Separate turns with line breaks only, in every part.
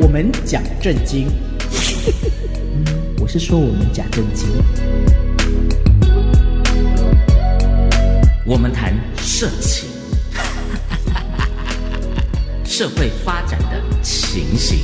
我们讲正经， 嗯我是说我们讲正经。
我们谈社情， 社会发展的情形。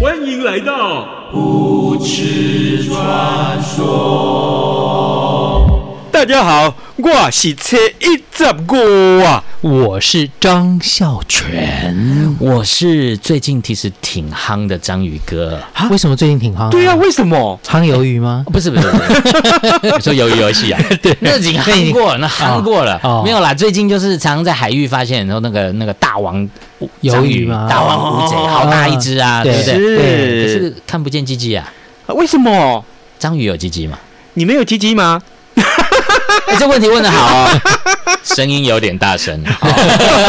欢迎来到
大家好，我是车一十五啊，我是张孝全。
我是最近其实挺夯的章鱼哥，
为什么最近挺夯？
对啊，，为什么？
夯鱿鱼吗？
不是不是，不是 你说鱿鱼游戏啊？ 对，啊那已经夯过了，那夯过了，
哦
没有啦。最近就是常常在海域发现，然后那个那个大王
鱿
章
鱼吗
大王乌贼，好大一只啊，对
对
不对？可
是
是看不见鸡鸡啊，
为什么？
章鱼有鸡鸡吗？
你没有鸡鸡吗？
哎，这问题问的好 哦，声音有点大 声。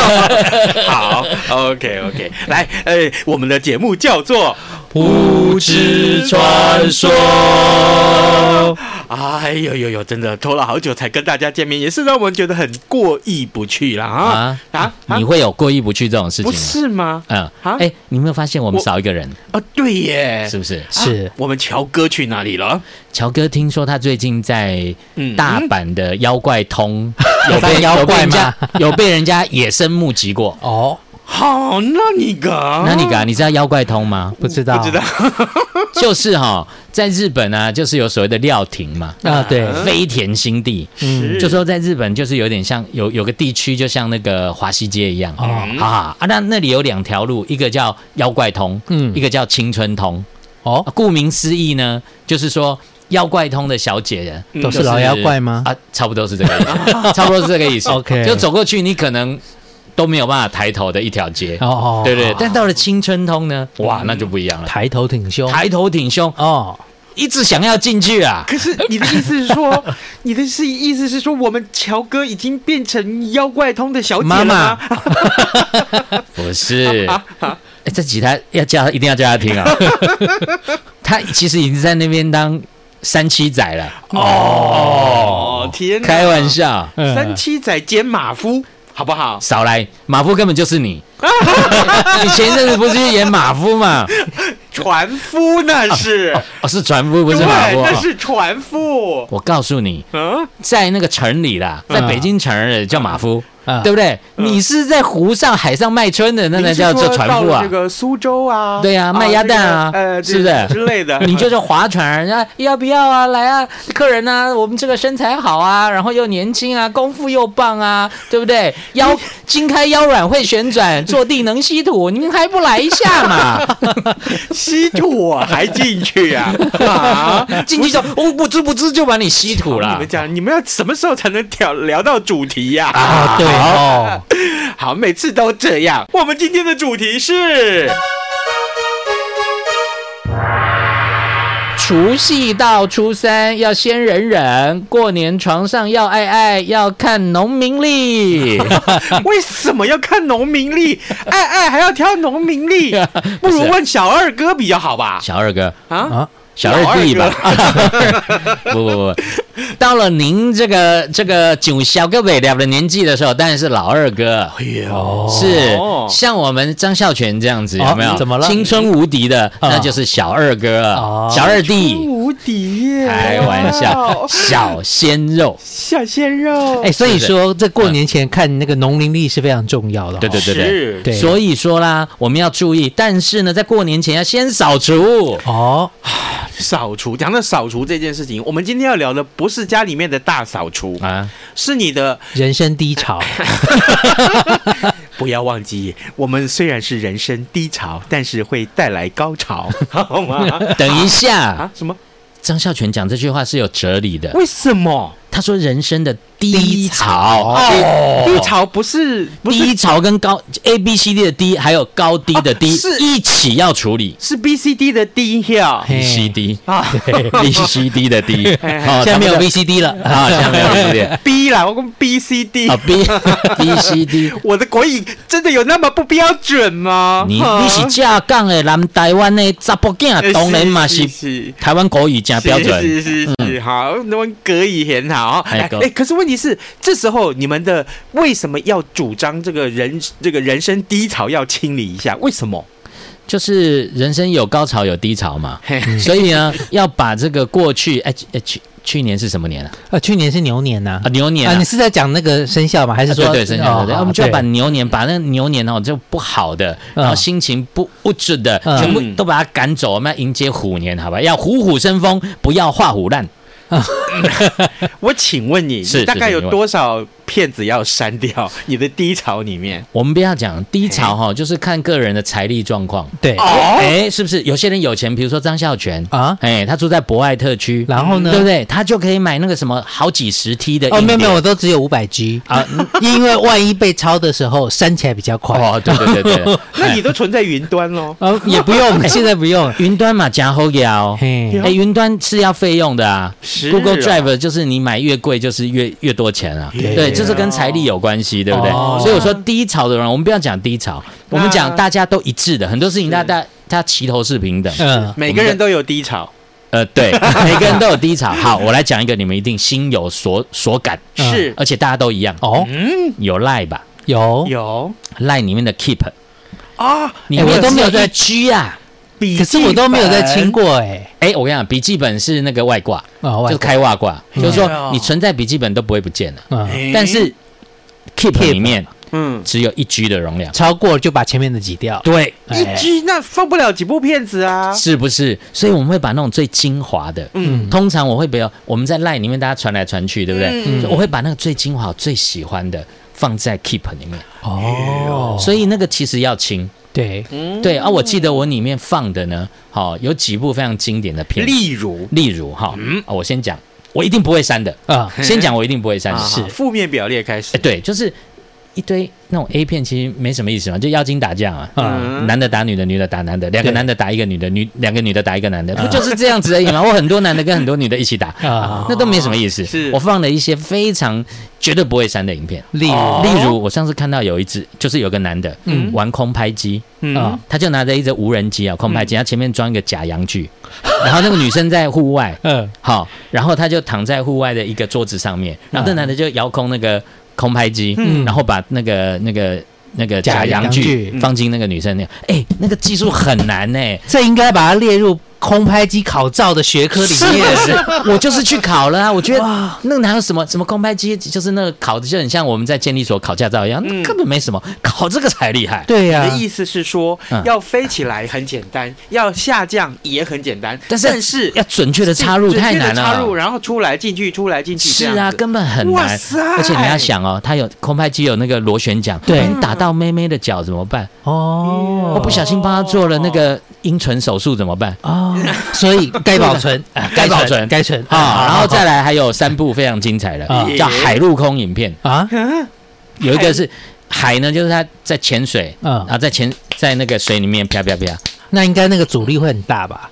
好，OK OK，来，呃，我们的节目叫做
不知传说，
哎呦呦呦，真的拖了好久才跟大家见面，也是让我们觉得很过意不去啦啊啊！啊
你会有过意不去这种事
不
情吗？
是吗？
嗯，
啊
哎，你有没有发现我们哎
我
少一个人？
啊，对耶，
是不是？
啊
是
我们乔哥去哪里了？
乔哥听说他最近在
嗯
大阪的妖怪通有
当
被
嗯
有
妖怪
被人家
吗
有被人家野生目击过。
哦，？
好，那你个，
那你敢？你知道妖怪通吗
不知道，
不知道
就是哈、在日本啊，就是有所谓的料亭嘛，
啊？对，
飞田新地。
嗯
是
就说在日本，就是有点像有有个地区，就像那个华西街一
哦
样，
嗯
啊啊，那那里有两条路，一个叫妖怪通，
嗯
一个叫青春通。
哦
啊，顾名思义呢，就是说妖怪通的小姐人、
嗯
都是老妖怪吗？
啊，差不多是这个意思， 差不多是这个意思。
OK
就走过去，你可能都没有办法抬头的一条街，
哦哦，
对对。但到了青春通呢，哇，那就不一样了，
抬头挺胸，
抬头挺胸，
哦，
一直想要进去啊。
可是你的意思是说， 你的是意思是说，我们乔哥已经变成妖怪通的小姐了吗？
不是，哎，这吉他要叫他，一定要叫他 听啊。他其实已经在那边当三七仔了，
哦，天哪，
开玩，笑，
三七仔兼马夫，好不好？
少来，马夫根本就是 你。你前一阵子不是去演马夫嘛？
船夫那 是，
哦，是船夫，不
对，
是马夫。
那
哦
是船夫。
我告诉你，
嗯，
在那个城里啦，在北京城里叫马夫，
嗯
对不对？你是在湖上、海上卖春的，那才叫做船夫啊
这。个苏州啊，
对呀卖鸭蛋啊
这个呃，
是不是
之类的？
你就是划船，人家要不要啊？来啊，客人啊，我们这个身材好啊，然后又年轻啊，功夫又棒啊，对不对？腰筋开腰软会旋转，坐地能吸土，您还不来一下嘛？
吸土啊还进去啊？ 啊！哦
进去就哦，不知不知就把你吸土
你
了
们。讲，你们要什么时候才能聊聊到主题呀？
啊，对哦，
好，每次都这样。我们今天的主题 是
除夕到初三要先忍忍，过年床上要爱爱，要看农民历。
为什么要看农民 历？爱爱还要挑农民历， 不如问小二哥比较好吧？
小二哥，
啊，
啊，
小二弟吧
老，
不不不，到了您这个这个九小个尾了的年纪的时候，当然是老二哥，
哎呦，
是
哦
像我们张孝全这样子，有没有？
哦怎么了
青春无敌的，
哦
那就是小二哥了
哦，
小二弟，
无敌耶！
开玩笑，
哇，
小鲜肉，
小鲜肉，
哎，所以
是不
说这过年前看那个农林历是非常重要的哦，
对对对
是
对，
对
所以说啦，我们要注意，但是呢，在过年前要先扫除。
哦，
扫除。讲到扫除这件事情，我们今天要聊的不是家里面的大扫除，
啊，
是你的。
人生低 潮，
不要忘记，我们虽然是人生低潮，但是会带来 高潮，好吗？
等一下，
啊，什么？
张孝全讲这句话是有哲理的。
为什么？
他说人生的低潮
哦，低潮不是不是
低潮跟高 A B C D 的低，还有高低的低
哦是
一起要处理。
是 B C D 的低呀
B C D
啊
B C D 的哦 D，
现
现
在没有 VCD 了
啊，现在没有对不
，B 啦，我讲 B C D，
对啊 B B C D，
我的国语真的有那么不标准吗？
你
哈
你是正港的南台湾的查甫
呃
囝，当然嘛是
是
台湾国语加标准。嗯
是是是是，好，那么隔以很好。
哎
哎
隔，
哎可是问题是，这时候你们的为什么要主张这个人这个人生低潮要清理一下？为什么？
就是人生有高潮有低潮嘛，所以呢，要把这个过去，哎哎去去年是什么年啊？
啊，去年是牛年呐
啊，，牛年
啊，
啊
你。是在讲那个生肖吗？还是
对
说
对，生肖
哦
对对，
好
我们就要把
对
牛年，把那个牛年哦，就不好的，然后
嗯
心情不物质的，
嗯
全部都把它赶走，我们要迎接虎年，好吧？要虎虎生风，不要画虎烂。
我请问你，
是
你大概
是
有
请问
多少骗子要删掉？你的低潮 里面
我们不要讲低潮哈，就是看个人的财力状况。
对
哎，是不是有些人有钱？比如说张孝全
啊，
哎，他住在博爱特区，嗯
然后呢
对不对？他就可以买那个什么好几十 T 的硬
哦，
碟。
没有没有，我都只有五百 G 啊， 因为万一被抄的时候删起来比较快。？
哦，对对对对，哎
那你都存在云端喽
哦，也不用，现在不用。
云端嘛，加后摇。
嘿，
哎，云端是要费用的啊
是
，Google
啊
Drive 就是你买越贵就是越越多钱啊，
对
对，这是跟财力有关系，对不对？
哦
所以我说低潮的人，我们不要讲低潮，我们讲大家都一致的，很多事情大家他齐头是平等，
嗯，
每个人都有低潮，
呃，对， 每个人都有低潮。好，我来讲一个你们一定心有所所感，
嗯
是
而且大家都一样，
哦，
嗯，
有赖吧，嗯
有，
有
赖里面的 Keep，
啊，
你
哎我都没有在
G 啊。
笔
可是我都没有在
清
清。过哎。
哎，我跟你讲，笔记本是那个外挂，
哦，外
嗯就
国
开外挂，就是
嗯
说你存在笔记本都不会不见的。
嗯，
哎
但是 Keep 里面
嗯，
只有一 G 的容量，
超过就把前面的挤掉。
对，
一 G 那放不了几部片子啊。
是不是？所以我们会把那种最精华的，
嗯
嗯，通常我会比较我们在 Line 里面大家传来传去，对不对？
嗯
就我会把那个最精华、我最喜欢的放在 Keep 里面，
哦，
所以那个其实要清。
对，
对啊，我记得我里面放的呢，好、有几部非常经典的片，
例如
例如哈，啊我先讲，我一定不会删的，
啊，
先讲我一定不会删的，
啊负面表列开
嗯
始
哎，，对，就是一堆那种 A 片，其实没什么意思嘛，就妖精打架嘛，啊
嗯
男的打女的，女的打男的，两个
对
男的打一个女的，女两个女的打一个男的，不就是这样子而已吗？我很多男的跟很多女的一起打，
啊
那都没什么意思。
是
我放了一些非常绝对不会删的影片，
例如
哦
例如我上次看到有一只，就是有个男的，
嗯
玩空拍机。
嗯
啊，
他就拿着一只无人机啊，空拍机，他前面装一个假洋具， 然后那个女生在户外，
嗯，
好，然后他就躺在户外的一个桌子上面，然后那男的就遥控那个空拍机，
嗯
然后把那个那个那个
假
假洋
洋
具
具嗯
放进那个女生那，哎、那个技术很难呢、
这应该把它列入空拍机考照的学科里
是
面。
是， 我就是去考了啊！我觉得那个哪有什么什么空拍机，就是那个考的就很像我们在监理所考驾照一样，那根本没什么，考这个才厉害。
对呀
你的，意思是说
嗯
要飞起来很简单，要下降也很简单，
但是
但是
要准确的插入
准
太
确地
难了，
插入然后出来进去，出来进去，
是
这样
啊，
子
根本很
哇
难
塞。
而且你要想哦，它有空拍机有那个螺旋桨，
对
万一打到妹妹的脚怎么办？
哦
我不小心帮她做了那个阴唇手术怎么办？
哦，所以该保 存，啊
该保存
该存
啊，然后再来还有三部非常精彩的
啊，
叫海陆空影片，
啊，
有一个是海呢，就是他在潜水，
嗯
然后在潜在那个水里面啪啪啪，啊，
那应该那个阻力会很大吧？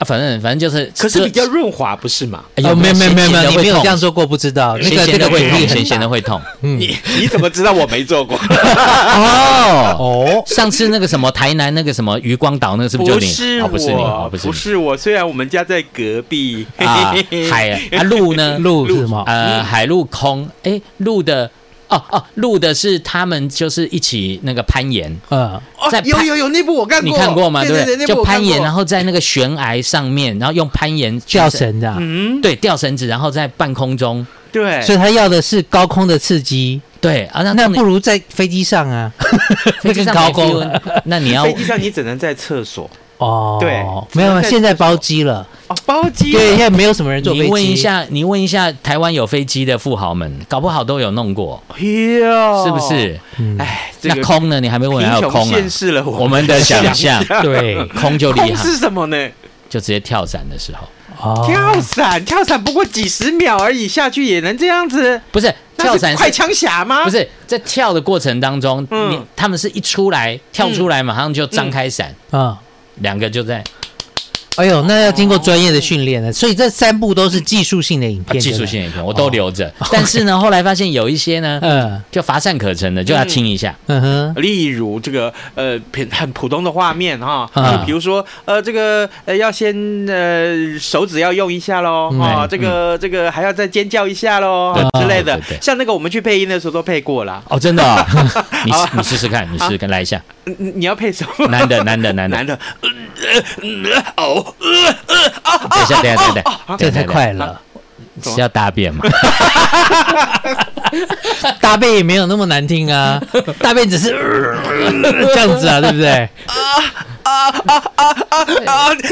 反正反正就是，
可是比较润滑，不是吗？
哎呦
没有没有没有没有，你没
咸咸的会
有
痛
这样做过，不知道那
咸
个这
咸
个
的
阻
会
力
痛，
很
咸
大
咸的会痛。
你你怎么知道我没做 过？
哦，
哦，
上次那个什么台南那个什么渔光岛那个是不是就你？
是
哦
我，
不是你，哦不是
不
你
是我。虽然我们家在隔壁
啊，海 啊陆呢？
路是什么？
呃，海陆空，哎，陆的哦哦，陆的是他们就是一起那个攀岩，
嗯，
哦
在，
有
攀
有有那部我看过，
你看过吗？
对
不
对，那部
就
我看
攀
过
岩，然后在那个悬崖上面，然后用攀岩
吊，绳的啊，
嗯，
对，吊绳子，然后在半空中，
对，
所以他要的是高空的刺激，
对啊，那
那不如在飞机上 啊，
那
更
更
高
高
空
空， 那你要
飞机上你只能在厕所
哦，
对
没
只能
有，没有
在
现在包机了，
哦，包机
对，现在没有什么人坐飞
你
机。
问一，下，你问一下台湾有飞机的富豪们，搞不好都有弄过，
哟，
是不？是？
哎，哦这
那
个
空呢？你还没问，还
贫
有
穷
空啊
限？制了
我们的想象，
对
空就厉
空
害，
是什么呢？
就直接跳伞的时候。
哦
跳伞，跳伞不过几十秒而已，下去也能这样子？
不是
那是
跳伞
快
是。
枪侠吗？
不，是在跳的过程当中，
嗯
你他们是一出来跳出来，马上就张开伞，
嗯
啊、
两个就在啊
哎
哦
呦，那要经过专业的训练了，所以这三部都是技术性的影
啊
片，
技术
对不对
性影片，我都留着。但是呢，后来发现有一些呢，
嗯
就乏善可陈的，就要听一下。
嗯哼，
例如这个呃平很普通的画面哈，
啊
就比如说呃这个呃要先呃手指要用一下喽
嗯
啊，
对
这个这个还要再尖叫一下喽
哎对
之类的
对对对，
像那个我们去配音的时候都配过啦。
哦，真的哦， 你试 你试试看，你试试看，来一下，
嗯嗯你要配什么？
男的男的男的，
男的，呃呃呃哦呃呃啊
等一下等一下等一下，
这
等一下
太，快了，
等一下是要大便嘛？
大便也没有那么难听 啊，大便只是、这样子啊，对不对？
啊！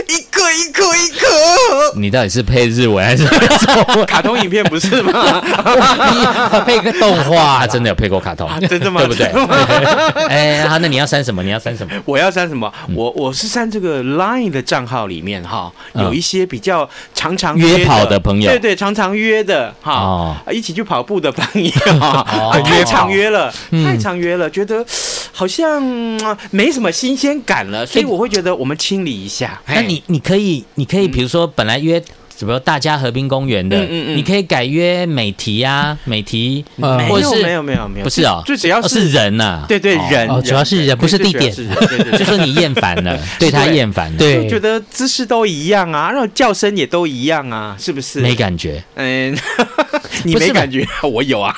一颗一颗一 颗，
你到底是配日文还是配中文？
卡通影片不是吗？
配个动画
啊，
啦，
真的有配过卡通，
真的吗
对不对
真的？
哎，好，那你要删什么？你要删什么？
我要删什么？我我是删这个 Line 的账号里面哈，
嗯
有一些比较常常
约跑的朋友
对对，常常约的哈、啊
哦
一起去跑步的 朋友，啊太常约了，
嗯
太常约了，觉得好像嗯没什么新鲜感了，所以
哎
我会觉得我们清理一下。
那
嘿
你你可以，你可以，比如说本来约。什么大家河滨公园的，
嗯嗯嗯
你可以改约美提啊，美提，
嗯
没
或者
有
是
没有没有没有，
不是哦，
最主要
哦是人呐、
对对
哦
人，
哦主要是人不是
对
地点
最主要是人对对
就
对。
说你厌烦 了，对他厌烦了，，
对，
就觉得姿势都一样啊，然后叫声也都一样啊，是不是？
没感觉，
嗯，你
不是
没
吧
感觉，我有啊。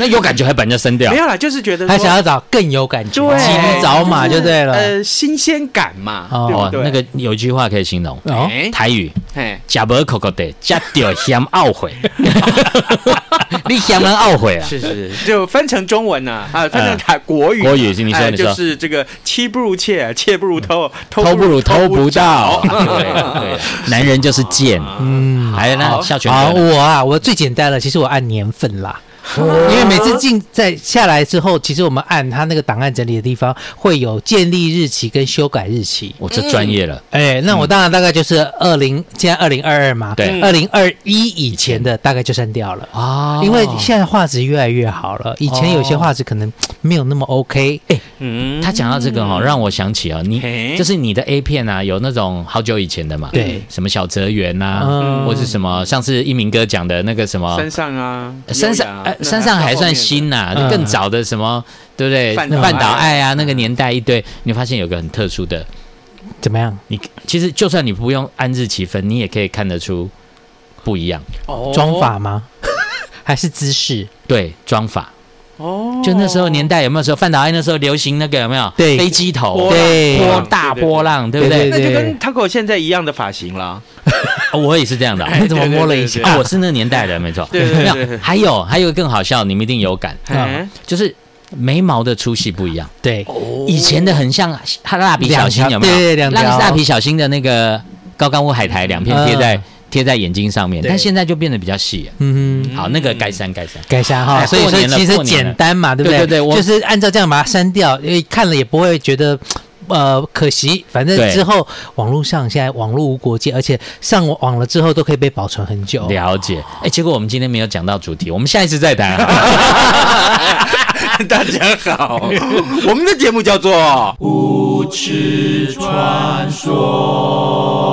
那有感觉还把人家删掉
没，有啦，就是觉得
还想
要
要找更有感觉，
对
骑驴找马就对了。
呃新鲜感嘛，
哦
对不
哦，
对？
那个有一句话可以形容，
哦，
哎
台语，
哎，
假无口口的，加掉嫌懊 悔，你嫌人懊悔啊？
是是，是就翻成中文呢啊，翻成
嗯
台国语啊，
国语是你说
哎
你说
就是这个妻不如妾，妾不如偷，
偷不如
偷
偷不到，
着哦
对对，男人就是贱。
嗯，
还有那
好
孝全
好，
哥呢，
我啊，我最简单了，其实我按年份啦。
哦
因为每次进在下来之后，其实我们按它那个档案整理的地方会有建立日期跟修改日期。
我这专业了，
哎，那我当然大概就是二零，现在二零二二嘛，
嗯
对
二零二一以前的大概就删掉了
哦
因为现在画质越来越好了，以前有些
哦
画质可能没有那么 OK。哎，
嗯，
他讲到这个哦，让我想起啊，你
嘿
就是你的 A 片啊，有那种好久以前的嘛，
对，
什么小泽圆呐，
嗯
或是什么上次一鸣哥讲的那个什么
山上啊，
山
优雅
上
啊
呃
那
山上还
后面
算
的
新呐
嗯，
更早的什么对不对？
半岛
半岛
爱
爱啊，那个年代一堆，你发现有个很特殊的，
怎么样？
你其实就算你不用按日期分，你也可以看得出不一样。
哦
妆法吗？ 还是姿势？
对，妆法，
哦，
就那时候年代有没有说范岛爱那时候流行那个有没有？
对
飞机头
波，
浪
对
波
波
浪
大波
对对对
浪，对不对
对？
那就跟 Taco 现在一样的发型啦，
哦我也是这样的哦，
你怎么摸了一
对对对对
下？
啊，我是那个年代的，没错。
对对对
没有
对对
还有还有更好笑，你们一定有感，
哎
就是眉毛的粗细不一样。
对，
以前的很像他蜡笔小新，
两条
有没有？
对对两条
蜡笔小新的那个高干物海苔两片贴在
嗯
贴在眼睛上面，
对
但现在就变得比较细。
嗯哼。
好，那个该删该删。
改一下哈，
哎
所以
过
说
年了
其实
过年了
简单嘛，对不
对
对？
对对我
就是按照这样把它删掉，因为看了也不会觉得。呃，可惜，反正
对
之后网络上现在网络无国界，而且上网了之后都可以被保存很久。
了解，哎，结果我们今天没有讲到主题，我们下一次再谈啊好了。
大家好，我们的节目叫做《无知传说》。